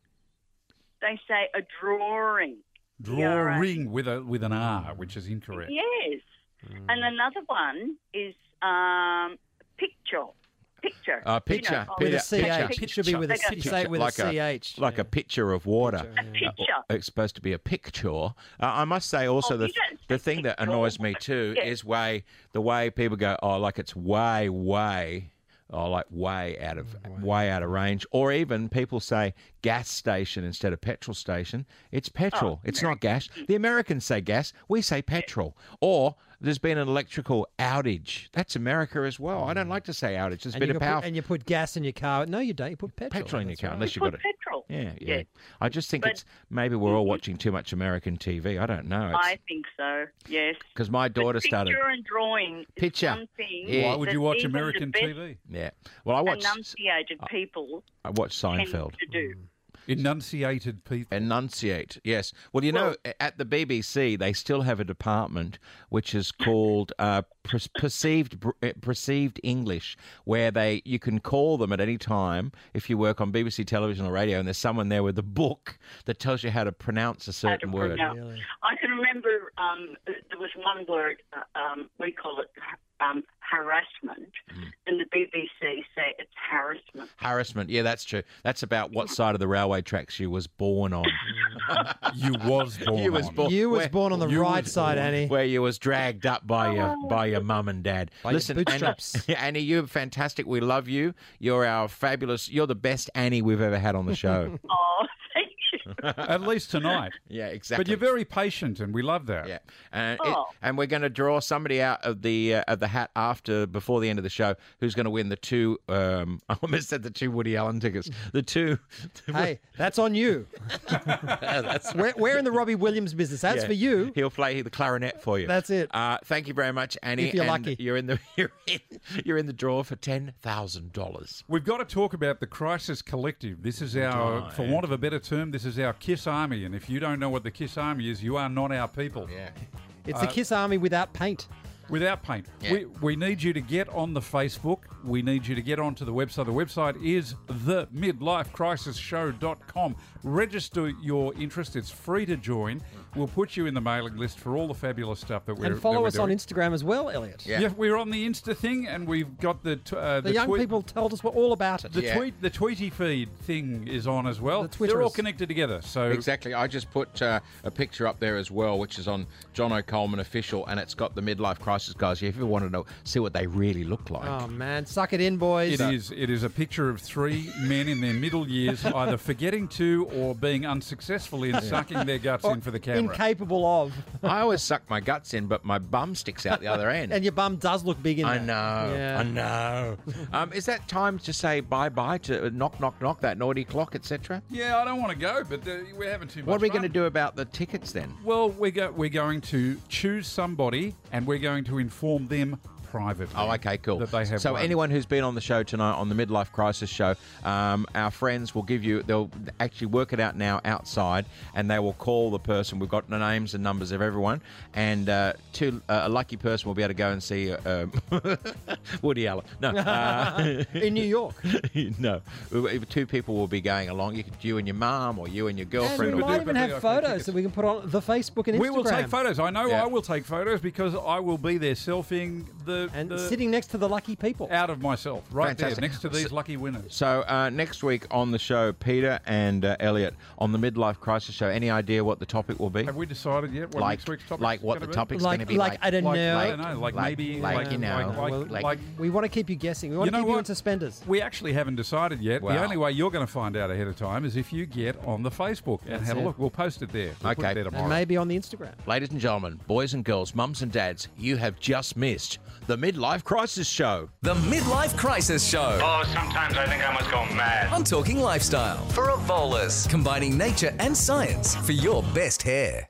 [SPEAKER 21] they say a drawing.
[SPEAKER 9] Drawing with a with an R, which is incorrect.
[SPEAKER 21] Yes.
[SPEAKER 8] Mm.
[SPEAKER 21] And another one is um, picture. Picture.
[SPEAKER 8] Uh, picture,
[SPEAKER 21] You know,
[SPEAKER 8] picture,
[SPEAKER 21] oh,
[SPEAKER 8] picture,
[SPEAKER 21] picture.
[SPEAKER 19] should be with a-
[SPEAKER 21] They
[SPEAKER 19] you
[SPEAKER 21] go,
[SPEAKER 19] say it with a CH.
[SPEAKER 8] like a picture of water.
[SPEAKER 21] A picture.
[SPEAKER 8] Uh, it's supposed to be a picture. Uh, I must say also
[SPEAKER 21] Oh,
[SPEAKER 8] the
[SPEAKER 21] you don't
[SPEAKER 8] the thing that annoys me too
[SPEAKER 21] Yeah.
[SPEAKER 8] is way the way people go oh like it's way way oh like way out of way out of range or even people say gas station instead of petrol station. It's
[SPEAKER 21] Oh,
[SPEAKER 8] petrol. it's not gas. The Americans say gas. We say petrol. Or there's been an electrical outage. That's America as well. I don't like to say outage. There's
[SPEAKER 19] And
[SPEAKER 8] been
[SPEAKER 19] you
[SPEAKER 8] a
[SPEAKER 19] can
[SPEAKER 8] power
[SPEAKER 19] put, and you put gas in your car. No, you don't. You put petrol.
[SPEAKER 8] petrol in your
[SPEAKER 19] That's
[SPEAKER 8] car
[SPEAKER 19] right.
[SPEAKER 8] unless you got it.
[SPEAKER 21] petrol.
[SPEAKER 8] Yeah, yeah,
[SPEAKER 21] Yeah.
[SPEAKER 8] I just think
[SPEAKER 21] But- Mhm.
[SPEAKER 8] it's maybe we're all watching too much American TV. I don't know.
[SPEAKER 21] I think so. Yes.
[SPEAKER 8] Because my daughter started.
[SPEAKER 21] Picture and drawing. Is
[SPEAKER 8] Picture.
[SPEAKER 21] One thing
[SPEAKER 8] Yeah. Why would
[SPEAKER 21] that
[SPEAKER 8] you watch
[SPEAKER 21] even the
[SPEAKER 8] American
[SPEAKER 21] best
[SPEAKER 8] TV? Yeah. Well, I watched.
[SPEAKER 21] Enunciated people.
[SPEAKER 8] I watched
[SPEAKER 21] tend
[SPEAKER 8] Seinfeld. Mm.
[SPEAKER 21] To do.
[SPEAKER 9] Enunciated people.
[SPEAKER 8] Enunciate, yes. Well, you know, a- at the BBC, they still have a department which is called uh, per- perceived Br- uh, perceived English, where they you can call them at any time if you work on BBC television or radio, and there's someone there with a book that tells you how to pronounce a certain word.
[SPEAKER 21] Now, I can remember um, there was one word uh, um, we call it um, harassment,
[SPEAKER 8] Mm.
[SPEAKER 21] and the BBC say it's harassment.
[SPEAKER 8] Harassment. Yeah, that's true. That's about what side of the railway tracks you was born on.
[SPEAKER 9] you was born.
[SPEAKER 8] You was
[SPEAKER 9] on.
[SPEAKER 8] born.
[SPEAKER 19] You was
[SPEAKER 8] where-
[SPEAKER 19] born on the
[SPEAKER 8] you
[SPEAKER 19] right
[SPEAKER 8] was
[SPEAKER 19] side,
[SPEAKER 8] born
[SPEAKER 19] Annie.
[SPEAKER 8] Where you was dragged up by your by your mum and dad.
[SPEAKER 19] your
[SPEAKER 8] Listen, Annie-
[SPEAKER 19] bootstraps.
[SPEAKER 8] Annie, you're fantastic. We love you. You're our fabulous. You're the best Annie we've ever had on the show.
[SPEAKER 21] Oh, thank you.
[SPEAKER 9] At least tonight.
[SPEAKER 8] Yeah, exactly.
[SPEAKER 9] But you're very patient, and we love that. Yeah.
[SPEAKER 8] And, it-
[SPEAKER 9] Oh.
[SPEAKER 8] and we're going to draw somebody out of the uh, of the hat after before the end of the show who's going to win the two. Um, I almost said the two Woody Allen tickets. The two.
[SPEAKER 19] Hey, that's on you.
[SPEAKER 8] that's
[SPEAKER 19] we're, we're in the Robbie Williams business. That's
[SPEAKER 8] Yeah.
[SPEAKER 19] for you.
[SPEAKER 8] He'll play the clarinet for you.
[SPEAKER 19] That's it.
[SPEAKER 8] Uh, thank you very much, Annie.
[SPEAKER 19] If you're
[SPEAKER 8] and
[SPEAKER 19] lucky.
[SPEAKER 8] you're in the you're in, you're in the draw for ten thousand dollars.
[SPEAKER 9] We've got to talk about the Crisis Collective. This
[SPEAKER 8] Oh,
[SPEAKER 9] is our, for want of a better term, this is our Kiss Army. And if you don't know what the Kiss Army is, you are not our people. Uh, Yeah.
[SPEAKER 8] Uh,
[SPEAKER 19] It's the Kiss Army without paint.
[SPEAKER 9] Without paint.
[SPEAKER 8] Yeah.
[SPEAKER 9] We, we need you to get on the Facebook. We need you to get onto the website. The website is the midlifecrisisshow.com. Register your interest. It's free to join. We'll put you in the mailing list for all the fabulous stuff that we're
[SPEAKER 10] and follow
[SPEAKER 9] that we're
[SPEAKER 10] us on
[SPEAKER 9] doing.
[SPEAKER 10] Instagram as well, Elliot.
[SPEAKER 9] Yeah. we're on the Insta thing, and we've got the t- uh,
[SPEAKER 10] The, young
[SPEAKER 9] tweet-
[SPEAKER 10] people told us we're all about it.
[SPEAKER 9] The tweet, the Tweety feed thing is on as well. They're all
[SPEAKER 8] Twitterers.
[SPEAKER 9] connected together. So
[SPEAKER 8] Exactly. I just put uh, a picture up there as well, which is on John O'Coleman official, and it's got the midlife crisis guys. If you want to know, see what they really look like.
[SPEAKER 10] Oh man, suck it in, boys.
[SPEAKER 9] It is. It is a picture of three men in their middle years, either forgetting to or being unsuccessful in
[SPEAKER 8] Yeah.
[SPEAKER 9] sucking their guts in for the camera.
[SPEAKER 10] Incapable of.
[SPEAKER 8] I always suck my guts in, but my bum sticks out the other end.
[SPEAKER 10] and your bum does look big in
[SPEAKER 8] I
[SPEAKER 10] that.
[SPEAKER 8] know.
[SPEAKER 10] Yeah.
[SPEAKER 8] I know. um, is that time to say bye bye to uh, knock knock knock that naughty clock, etc.?
[SPEAKER 9] yeah, I don't want to go, but uh, we're having too much.
[SPEAKER 8] What are we
[SPEAKER 9] fun.
[SPEAKER 8] going to do about the tickets then?
[SPEAKER 9] Well, we go, we're going to choose somebody, and we're going to inform them privately. Oh, okay,
[SPEAKER 8] cool.
[SPEAKER 9] That they have.
[SPEAKER 8] So
[SPEAKER 9] won.
[SPEAKER 8] anyone who's been on the show tonight on the midlife crisis show, um, our friends will give you. They'll actually work it out now outside, and they will call the person. We've got the names and numbers of everyone, and uh, two uh, a lucky person will be able to go and see uh, um, Woody Allen. No, uh,
[SPEAKER 10] in New York.
[SPEAKER 8] no, two people will be going along. You, could- you and your mum, or you and your
[SPEAKER 10] And we
[SPEAKER 8] girlfriend.
[SPEAKER 10] might even have photos that we can put on the Facebook and Instagram.
[SPEAKER 9] We will take photos. I know
[SPEAKER 8] Yeah.
[SPEAKER 9] I will take photos because I will be there selfieing the
[SPEAKER 10] And
[SPEAKER 9] the-
[SPEAKER 10] sitting next to the lucky people.
[SPEAKER 9] out of myself right
[SPEAKER 8] Fantastic.
[SPEAKER 9] there next to these
[SPEAKER 8] So-
[SPEAKER 9] lucky winners.
[SPEAKER 8] So uh, next week on the show, Peter and uh, Elliot on the midlife crisis show. Any idea what the topic will be?
[SPEAKER 9] Have we decided yet what
[SPEAKER 8] like,
[SPEAKER 9] next week's topic
[SPEAKER 8] like
[SPEAKER 9] is
[SPEAKER 8] what
[SPEAKER 9] gonna
[SPEAKER 8] the
[SPEAKER 9] be?
[SPEAKER 8] topic's going to be like.
[SPEAKER 9] I don't know. Like, maybe
[SPEAKER 8] like, you know,
[SPEAKER 9] like, like, like
[SPEAKER 10] we want to keep you guessing. We want
[SPEAKER 9] You know
[SPEAKER 10] to keep you
[SPEAKER 9] what?
[SPEAKER 10] in suspenders.
[SPEAKER 9] We actually haven't decided yet.
[SPEAKER 10] Wow.
[SPEAKER 9] The only way you're going to find out ahead of time is if you get on the Facebook and
[SPEAKER 10] That's
[SPEAKER 9] have
[SPEAKER 10] it.
[SPEAKER 9] a look. We'll post it there. We'll put
[SPEAKER 8] Okay.
[SPEAKER 9] it there
[SPEAKER 8] And
[SPEAKER 9] tomorrow.
[SPEAKER 10] And maybe on the Instagram.
[SPEAKER 8] Ladies and gentlemen, boys and girls, mums and dads, you have just missed the midlife crisis show.
[SPEAKER 3] The Midlife Crisis Show.
[SPEAKER 5] Oh, sometimes I think I must go mad.
[SPEAKER 3] On Talking Lifestyle. For a Volus. Combining nature and science for your best hair.